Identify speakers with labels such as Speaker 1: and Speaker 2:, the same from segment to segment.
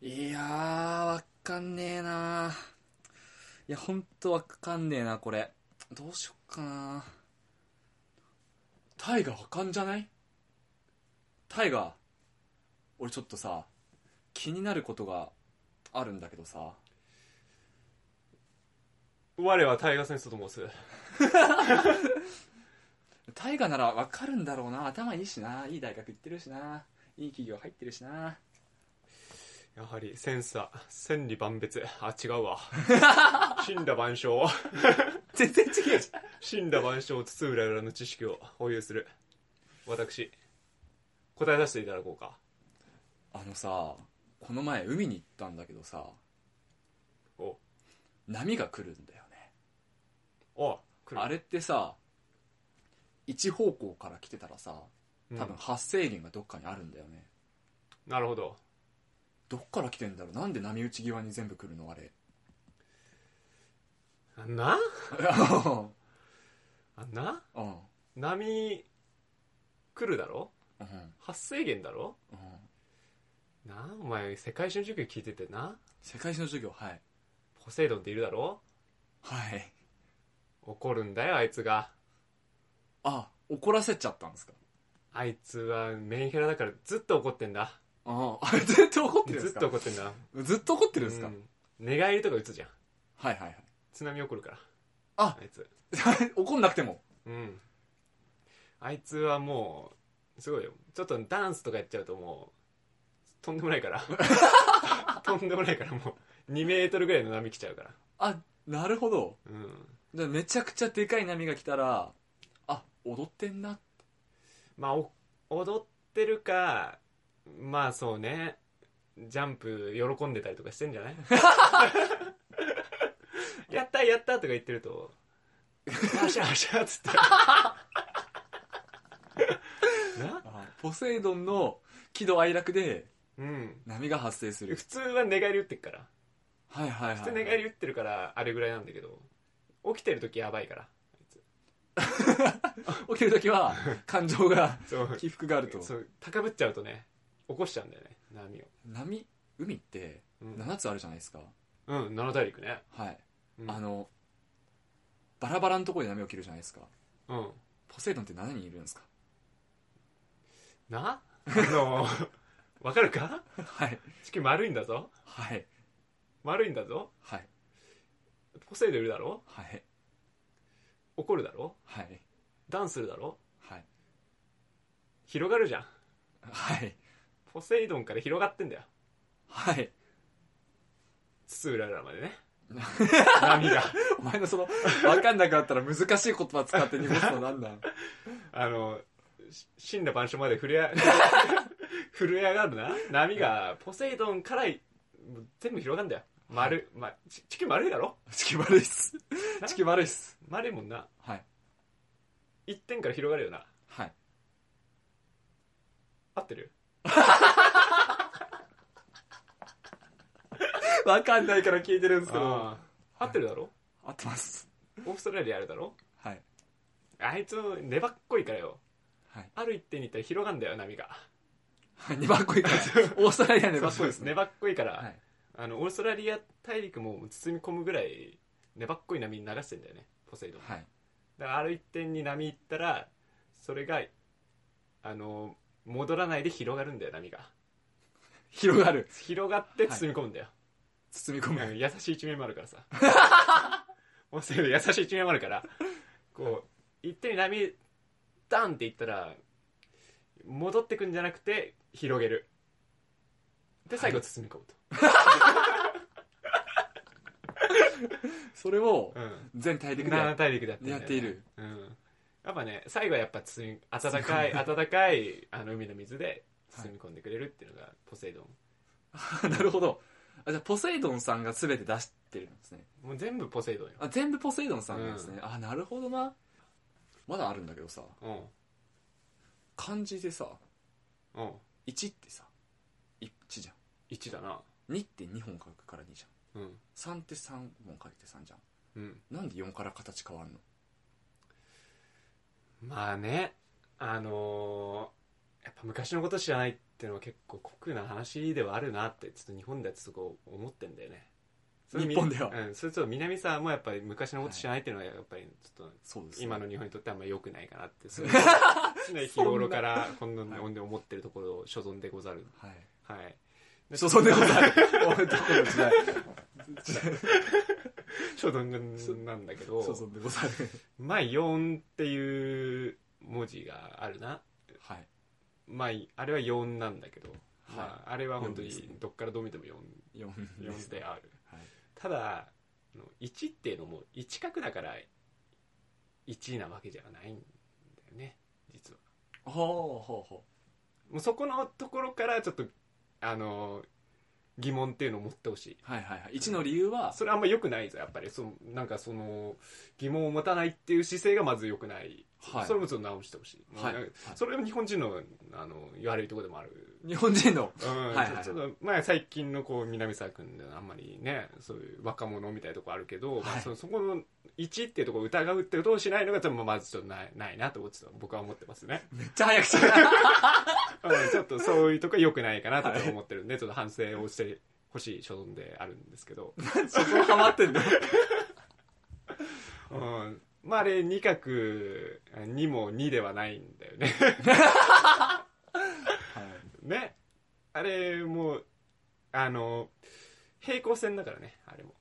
Speaker 1: いやー、わかんねえなーいや、ほんとわかんねえな、これ。どうしよっかなタイガーわかんじゃないタイガー、俺ちょっとさ、気になることがあるんだけどさ。
Speaker 2: 我はタイガーセンスと申す。
Speaker 1: タイガーならわかるんだろうな。頭いいしな。いい大学行ってるしな。いい企業入ってるしな。
Speaker 2: やはり、センサー、千里万別。あ、違うわ。死んだ万象。
Speaker 1: 全然違うじゃん。
Speaker 2: 死んだ万象、津々浦々の知識を保有する。私、答えさせていただこうか。
Speaker 1: あのさ、この前海に行ったんだけどさ、
Speaker 2: お、
Speaker 1: 波が来るんだよね。
Speaker 2: お、来る。
Speaker 1: あれってさ一方向から来てたらさ
Speaker 2: うん
Speaker 1: 多分発生源がどっかにあるんだよね、
Speaker 2: なるほど。
Speaker 1: どっから来てんだろうなんで波打ち際に全部来るの あれ
Speaker 2: な
Speaker 1: う
Speaker 2: あなん
Speaker 1: うん
Speaker 2: 波、来るだろ
Speaker 1: うん
Speaker 2: 発生源だろ
Speaker 1: うん
Speaker 2: なあお前、世界史の授業聞いててな。
Speaker 1: 世界史の授業はい
Speaker 2: ポセイドンっているだろ
Speaker 1: はい
Speaker 2: 怒るんだよ、あいつが。
Speaker 1: あ怒らせちゃったんですか
Speaker 2: あいつはメンヘラだからずっと怒ってんだ。
Speaker 1: ああ ずっと怒ってるんで
Speaker 2: ずっ
Speaker 1: すか
Speaker 2: と怒ってんだ。
Speaker 1: ずっと怒ってるんですか、
Speaker 2: うん寝返りとか打つじゃん。
Speaker 1: はいはいはい
Speaker 2: 津波起こるから。
Speaker 1: あ
Speaker 2: いつ。
Speaker 1: 怒んなくても
Speaker 2: うん。あいつはもう、すごいよ。ちょっとダンスとかやっちゃうともう、とんでもな いから。とんでもないからもう、2メートルぐらいの波来ちゃうから。
Speaker 1: あなるほど
Speaker 2: うん。
Speaker 1: じゃあめちゃくちゃでかい波が来たらあ踊ってんな
Speaker 2: まあ、お踊ってるか、まあそうね、ジャンプ喜んでたりとかしてんじゃない やったやったとか言ってると、はしゃはしゃっつって。な
Speaker 1: あポセイドンの喜怒哀楽で
Speaker 2: うん。
Speaker 1: 波が発生する
Speaker 2: 普通は寝返り打ってっから。
Speaker 1: はいはいはい、
Speaker 2: 普通寝返り打ってるから、あれぐらいなんだけど、起きてる時やばいから。
Speaker 1: 起きるとき は感情が
Speaker 2: そう。
Speaker 1: 起伏があると
Speaker 2: そう高ぶっちゃうとね、起こしちゃうんだよね、波を。
Speaker 1: 波海って
Speaker 2: うん、
Speaker 1: 7つあるじゃないですか
Speaker 2: うん、七大陸ね。
Speaker 1: はい、
Speaker 2: うん
Speaker 1: あのバラバラのところで波起きるじゃないですか
Speaker 2: うん。
Speaker 1: ポセイドンって7人いるんですか
Speaker 2: なあの、わかるか
Speaker 1: はい
Speaker 2: 地球丸いんだぞ。
Speaker 1: はい
Speaker 2: 丸いんだぞ。
Speaker 1: はい
Speaker 2: ポセイドンいるだろ
Speaker 1: はい
Speaker 2: 怒るだろ
Speaker 1: はい
Speaker 2: ダンスするだろ
Speaker 1: はい
Speaker 2: 広がるじゃん。
Speaker 1: はい
Speaker 2: ポセイドンから広がってんだよ。
Speaker 1: はい
Speaker 2: 津々浦々まで ね。波が。
Speaker 1: お前のその分かんなくなったら難しい言葉使って濁すの なんなん
Speaker 2: あの、し死んだ晩鐘まで震 え、震え上がるな。波が、ポセイドンから、全部広がるんだよ。丸、ま、ち地球丸いだろ
Speaker 1: 地球悪いっす地球悪いっす
Speaker 2: 丸いもんな。
Speaker 1: はい
Speaker 2: 一点から広がるよな。
Speaker 1: はい
Speaker 2: 合って る
Speaker 1: 分かんないから聞いてるんですけど
Speaker 2: あー合ってるだろ
Speaker 1: 合ってます
Speaker 2: オーストラリアあるだろ
Speaker 1: はい
Speaker 2: あいつも粘っこいからよ。
Speaker 1: はい
Speaker 2: ある一点に行ったら広がんだよ、波が。
Speaker 1: はい粘っこ いからオーストラリアの粘っこいですね
Speaker 2: 粘っこいから、
Speaker 1: はい
Speaker 2: あの、オーストラリア大陸も包み込むぐらい、粘っこい波に流してんだよね、ポセイドン。
Speaker 1: はい
Speaker 2: だからある一点に波行ったら、それが、あの、戻らないで広がるんだよ、波が。
Speaker 1: 広がる
Speaker 2: 広がって包み込むんだよ。
Speaker 1: 包み込む、
Speaker 2: うん 優しい一面もあるからさ。 ポセイドン優しい一面もあるから、こう、一点に波、ダンって行ったら、戻ってくんじゃなくて、広げる。で、最後包み込むと。
Speaker 1: それを
Speaker 2: うん
Speaker 1: 全大陸でや
Speaker 2: 南
Speaker 1: っ
Speaker 2: 大陸でやってんだよ
Speaker 1: やっている、
Speaker 2: うん、やっぱね最後はやっぱ包み温かい温かいあの海の水で包み込んでくれるっていうのがポセイドン、
Speaker 1: なるほどあじゃあポセイドンさんが全て出してるんですね
Speaker 2: もう全部ポセイドンよ、
Speaker 1: あ全部ポセイドンさんなんですね、あなるほどなまだあるんだけどさ
Speaker 2: う
Speaker 1: 漢字でさ
Speaker 2: んうん、
Speaker 1: 1ってさ1じゃ
Speaker 2: 1だなん
Speaker 1: 2って2本書くから2じ
Speaker 2: うん
Speaker 1: ゃん3って3本書いて3じゃ
Speaker 2: うん
Speaker 1: んなんで4から形変わんの
Speaker 2: まあねあのやっぱ昔のこと知らないってのは結構酷な話ではあるなってちょっと日本ではちょっとこう思ってんだよねそれ
Speaker 1: 日本では
Speaker 2: うん、それと南さんもやっぱり昔のこと知らないっていうのはやっぱりちょっと
Speaker 1: そうですね、
Speaker 2: 今の日本にとってあんま良くないかなってすごい常日頃からこんな日本で思ってるところを所存でござる
Speaker 1: はい
Speaker 2: はい
Speaker 1: 所存でござる俺どこの時代
Speaker 2: 所存なんだけど
Speaker 1: 所存でござる
Speaker 2: まあ4っていう文字があるな
Speaker 1: はい
Speaker 2: まああれは4なんだけど、
Speaker 1: い
Speaker 2: まあ、あれは本当
Speaker 1: 四です
Speaker 2: に
Speaker 1: ね
Speaker 2: どっからどう見ても 4,
Speaker 1: 4
Speaker 2: 4である
Speaker 1: はい
Speaker 2: ただあの1っていうのも1角だから1なわけじゃないんだよね実は
Speaker 1: ほうほうほ
Speaker 2: もうそこのところからちょっとあの疑問っていうのを持ってほしいう
Speaker 1: はいはいはい1の理由は
Speaker 2: それあんま良くないぞやっぱりそのなんかその疑問を持たないっていう姿勢がまず良くない、
Speaker 1: はい
Speaker 2: それもちょっと直してほしい、
Speaker 1: はい
Speaker 2: なんか
Speaker 1: はい
Speaker 2: それも日本人のあの悪いところでもある
Speaker 1: 日本人の
Speaker 2: うん
Speaker 1: はいはい
Speaker 2: ちょっとまあ最近のこう南沢君であんまりねそういう若者みたいなとこあるけど、ま
Speaker 1: は
Speaker 2: あ、
Speaker 1: い
Speaker 2: そのそこの1っていうところを疑うってことをしないのがちょっとまあまずちょっとないないなと思ってた僕は思ってま すね、
Speaker 1: めっちゃ早口だ
Speaker 2: うんちょっとそういうとこは良くないかなとか思ってるんで、ちょっと反省をしてほしい所存であるんです けど、
Speaker 1: そこハマってんの
Speaker 2: うん、まああれ2角2も2ではないんだよね ねあれもうあの平行線だからねあれも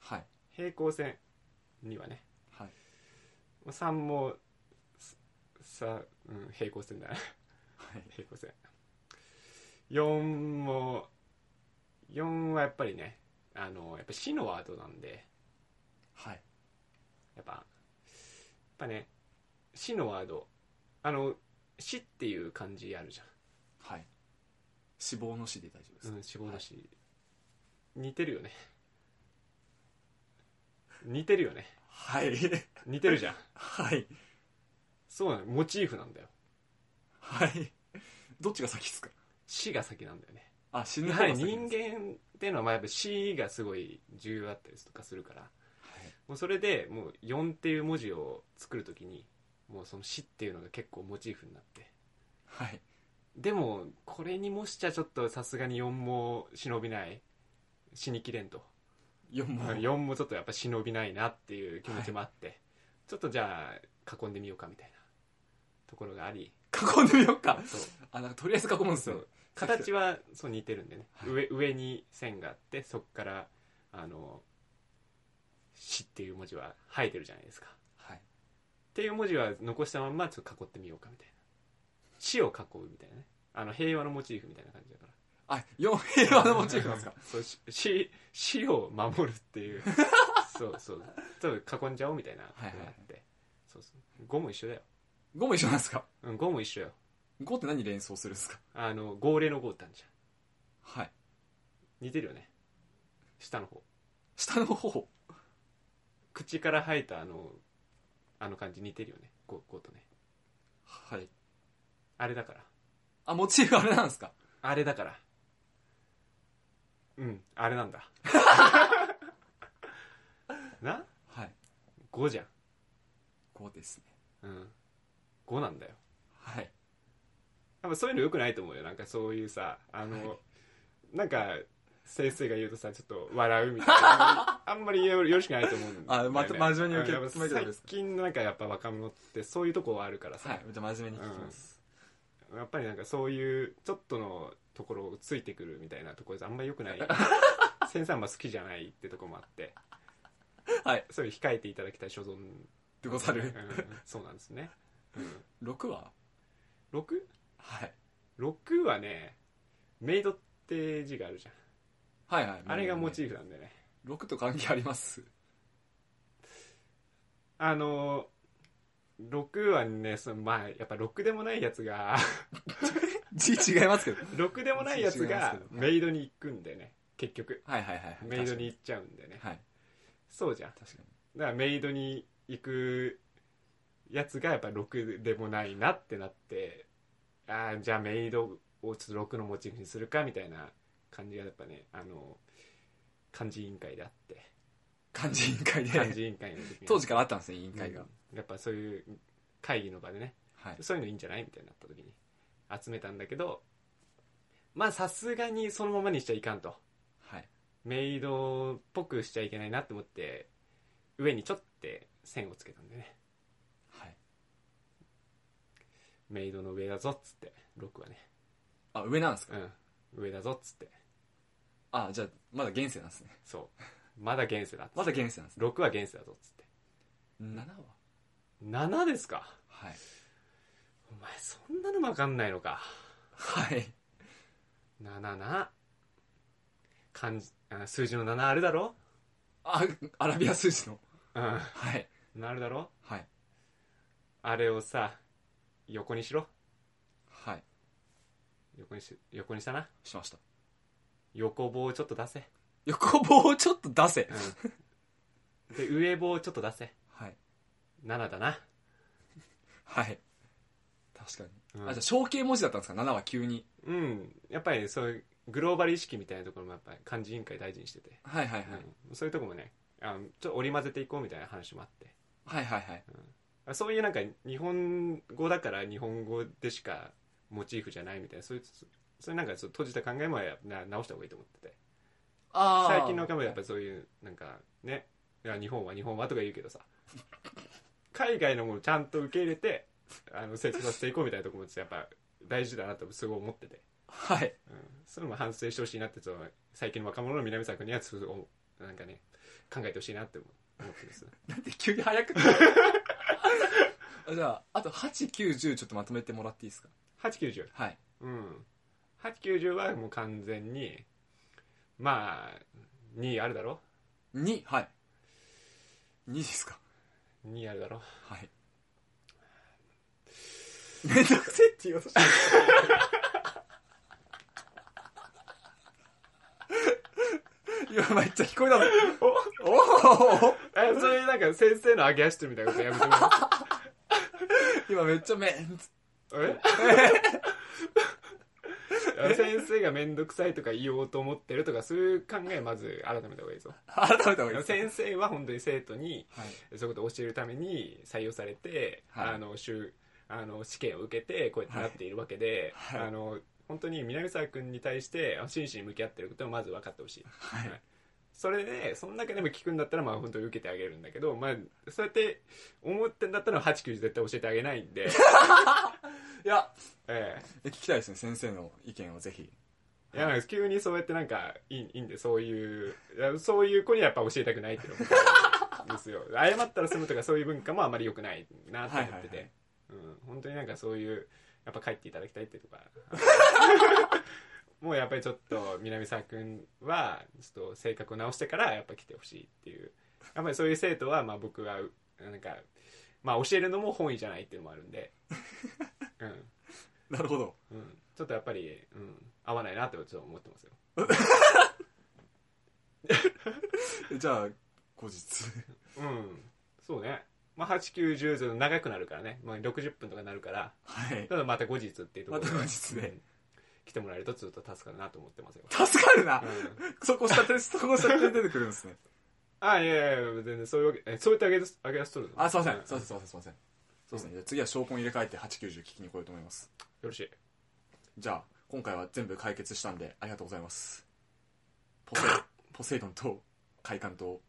Speaker 1: はい
Speaker 2: 平行線にはね
Speaker 1: はい
Speaker 2: まあ3もすさ、うん、平行線だな
Speaker 1: はい
Speaker 2: 平行線4も4はやっぱりねあのやっぱ死のワードなんで
Speaker 1: はい
Speaker 2: やっぱやっぱね死のワードあの死っていう漢字あるじ
Speaker 1: はい死亡の死で大丈夫で
Speaker 2: ゃ
Speaker 1: す
Speaker 2: ん、うん、死亡だし、似てるよね似てるよね
Speaker 1: はい
Speaker 2: 似てる じゃん
Speaker 1: はい
Speaker 2: そうなのモチーフなんだよ
Speaker 1: はいどっちが先ですか
Speaker 2: 死が先なんだよね
Speaker 1: あ死ぬ
Speaker 2: や
Speaker 1: 方
Speaker 2: は
Speaker 1: が
Speaker 2: り
Speaker 1: 先
Speaker 2: 人
Speaker 1: です
Speaker 2: 間っていうのはまあやっぱ死がすごい重要だったりとかするから
Speaker 1: はい
Speaker 2: もうそれでもう4っていう文字を作るときにもうその死っていうのが結構モチーフになって
Speaker 1: はい
Speaker 2: でもこれにもしちゃちょっとさすがに4も忍びない死にきれんと
Speaker 1: 4も
Speaker 2: 4もちょっとやっぱ忍びないなっていう気持ちもあって、ちょっとじゃあ囲んでみようかみたいなところがあり
Speaker 1: 囲んでみようか
Speaker 2: そう
Speaker 1: あなんかとりあえず囲むんです
Speaker 2: そ
Speaker 1: よ
Speaker 2: う形はそう似てるんでね、
Speaker 1: はい
Speaker 2: 上上に線があってそこからあの「死」っていう文字は生えてるじゃないですかっ
Speaker 1: はい
Speaker 2: ていう文字は残したまんまちょっと囲ってみようかみたいな「死」を囲うみたいなねあの平和のモチーフみたいな感じだから
Speaker 1: あ4平和のモチーフなんですか
Speaker 2: そうし死死を守るっ ていうそうそうちょっと囲んじゃおうみたいなことがあって、
Speaker 1: はいはい
Speaker 2: そうそう5も一緒だよ、
Speaker 1: 5も一緒なんですか
Speaker 2: うん、5も一緒よ
Speaker 1: 5って何連想するんですか
Speaker 2: あの号令の5ってあるじゃん
Speaker 1: はい
Speaker 2: 似てるよね下の方
Speaker 1: 下の方
Speaker 2: 口から吐いたあのあの感じ似てるよねこうことね
Speaker 1: はい
Speaker 2: あれだから
Speaker 1: あモチーフあれなんですか
Speaker 2: あれだからうんあれなんだ な
Speaker 1: はい
Speaker 2: 5じゃん、
Speaker 1: 5ですね
Speaker 2: うん、5なんだよ
Speaker 1: はい
Speaker 2: やっぱそういうのよくないと思うよなんかそういうさあの、なんか先生が言うとさちょっと笑うみたいなあん まりよろしくないと思うんだよね
Speaker 1: あまた真面目に受け
Speaker 2: うんやっぱ
Speaker 1: 止めてるんですか
Speaker 2: 最近のなんかやっぱ若者ってそういうとこはあるからさ、
Speaker 1: はいじゃあ真面目に聞きます
Speaker 2: やっぱりなんかそういうちょっとのところをついてくるみたいなところじゃあんま良 くない先生あんま好きじゃないってとこもあって
Speaker 1: はい
Speaker 2: そういう控えていただきたい所存
Speaker 1: でござ
Speaker 2: うん
Speaker 1: る
Speaker 2: そうなんですね、
Speaker 1: 6は
Speaker 2: うん、
Speaker 1: はい
Speaker 2: 6?6 はねメイドって字があるじゃん
Speaker 1: はいはい
Speaker 2: あれがモチ
Speaker 1: ー
Speaker 2: ーフなんでね
Speaker 1: フ6と関係あります
Speaker 2: あの6はねそのまあやっぱ6でもないやつ が
Speaker 1: 字違いますけど
Speaker 2: 6でもないやつがメイドに行くんだよね結局
Speaker 1: はいはいはいはい
Speaker 2: メイドに行っちゃうんだよね
Speaker 1: はい
Speaker 2: そうじゃん
Speaker 1: 確かに
Speaker 2: だからメイドに行くやつがやっぱ6でもないなってなってああじゃあメイドをちょっと6のモチーフにするかみたいな感じがやっぱねあの漢字委員会で あって
Speaker 1: 漢字委員会
Speaker 2: 漢
Speaker 1: で
Speaker 2: 字委員会の時に
Speaker 1: 当時からあったんですね委員会が
Speaker 2: うんやっぱそういう会議の場でね
Speaker 1: はい
Speaker 2: そういうのいいんじゃないみたいになった時に集めたんだけどまあさすがにそのままにしちゃいかんと
Speaker 1: はい
Speaker 2: メイドっぽくしちゃいけないなって思って上にちょっと線をつけたんでね
Speaker 1: はい
Speaker 2: メイドの上だぞっつって6はね
Speaker 1: あ上なんですか、
Speaker 2: うん上だぞっつって
Speaker 1: あじゃあまだ現世なんですね
Speaker 2: そうまだ現世だっつって
Speaker 1: まだ現世なんですね
Speaker 2: 6は現世だぞっつって
Speaker 1: 7は
Speaker 2: 7ですか
Speaker 1: はい
Speaker 2: お前そんなの分かんないのか
Speaker 1: はい
Speaker 2: 77漢字あ数字の7あるだろ
Speaker 1: あアラビア数字の
Speaker 2: うん
Speaker 1: はい
Speaker 2: 7あるだろ
Speaker 1: はい
Speaker 2: あれをさ横にしろ
Speaker 1: はい
Speaker 2: 横にし横にしたな
Speaker 1: しました
Speaker 2: 横棒をちょっと出せ、
Speaker 1: 横棒をちょっと出せ
Speaker 2: うん、で上棒をちょっと出せ
Speaker 1: はい
Speaker 2: 7だな、
Speaker 1: はい確かに、
Speaker 2: うん
Speaker 1: あじゃあ象形文字だったんですか7は急に
Speaker 2: うんやっぱりそういうグローバル意識みたいなところもやっぱり漢字委員会大事にしてて、
Speaker 1: はいはいはい、
Speaker 2: うんそういうとこもねあちょっと織り交ぜていこうみたいな話もあって
Speaker 1: はいはいはい
Speaker 2: あそういうなんか日本語だから日本語でしかモチーフじゃないみたいなそういうそういうなんかちょっと閉じた考えもやな直した方がいいと思ってて
Speaker 1: あー
Speaker 2: 最近の若者はやっぱりそういうなんかねいや日本は日本はとか言うけどさ海外のものをちゃんと受け入れてあの成長させていこうみたいなところもやっぱ大事だなとすごい思ってて、
Speaker 1: はい
Speaker 2: うん、そういうのも反省してほしいなってその最近の若者の南さんにはすごいなんかね考えてほしいなって思ってます
Speaker 1: なんで急に早く じゃああと8910ちょっとまとめてもらっていいですか
Speaker 2: 890
Speaker 1: はい
Speaker 2: うん。890はもう完全に、まあ、2あるだろ
Speaker 1: 2はい2ですか
Speaker 2: ?2 あるだろ
Speaker 1: はい めんどくせえって言おう とした今まいっちゃ聞こえたのおお
Speaker 2: え、それなんか先生の上げ足取るみたいなことやめても
Speaker 1: 今めっちゃめんつ
Speaker 2: らう え先生が面倒くさいとか言おうと思ってるとかそういう考えまず改めた方がいいぞ
Speaker 1: 改めた方がいいです
Speaker 2: 先生は本当に生徒に
Speaker 1: はい
Speaker 2: そういうことを教えるために採用されて、
Speaker 1: はい
Speaker 2: あの就あの試験を受けてこうやってなっているわけで、
Speaker 1: はいはい
Speaker 2: あの本当に南沢君に対してあ真摯に向き合ってることをまず分かってほしい
Speaker 1: はい
Speaker 2: それで、そんだけでも聞くんだったらまあ本当に受けてあげるんだけど、まあ、そうやって思ってんだったら8、9絶対教えてあげない んで、
Speaker 1: いや
Speaker 2: え
Speaker 1: 聞きたいですね先生の意見をぜひ
Speaker 2: えいや急にそうやってなんかいいいいんでそういういやそういう子にはやっぱ教えたくないっていうのがです よ謝ったら済むとかそういう文化もあまり良くないなと思ってて、
Speaker 1: はい
Speaker 2: うん、本当になんかそういうやっぱ帰っていただきたいっていうと かもうやっぱりちょっと南沢君はちょっと性格を直してからやっぱ来てほしいっていうやっぱりそういう生徒はまあ僕はなんか、まあ、教えるのも本意じゃないっていうのもあるん で、うん、
Speaker 1: なるほど
Speaker 2: うん、ちょっとやっぱり、うん、合わないなってちょっと思ってますよ
Speaker 1: じゃあ後日
Speaker 2: うんそうねまあ8910ず長くなるからね、まあ、60分とかなるから
Speaker 1: はい
Speaker 2: ただまた後日っていうところで
Speaker 1: また後日で
Speaker 2: うん来てもらえるとちょっと助かるなと思ってますよ、
Speaker 1: 助かるな
Speaker 2: うん、
Speaker 1: そこ下手そこ下手出てくるんです ね
Speaker 2: あいやいやいや全然そういうわけえそうやってあげすあげ出しとるの
Speaker 1: あすいません
Speaker 2: う
Speaker 1: すいませんすいませんすいませんそうですねじゃあ次は証拠入れ替えて890聞きに来ようと思います
Speaker 2: よろしい
Speaker 1: じゃあ今回は全部解決したんでありがとうございますポ セイポセイドンと快感と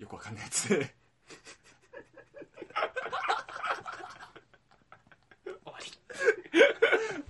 Speaker 1: よくわかんないやつで
Speaker 2: 終わり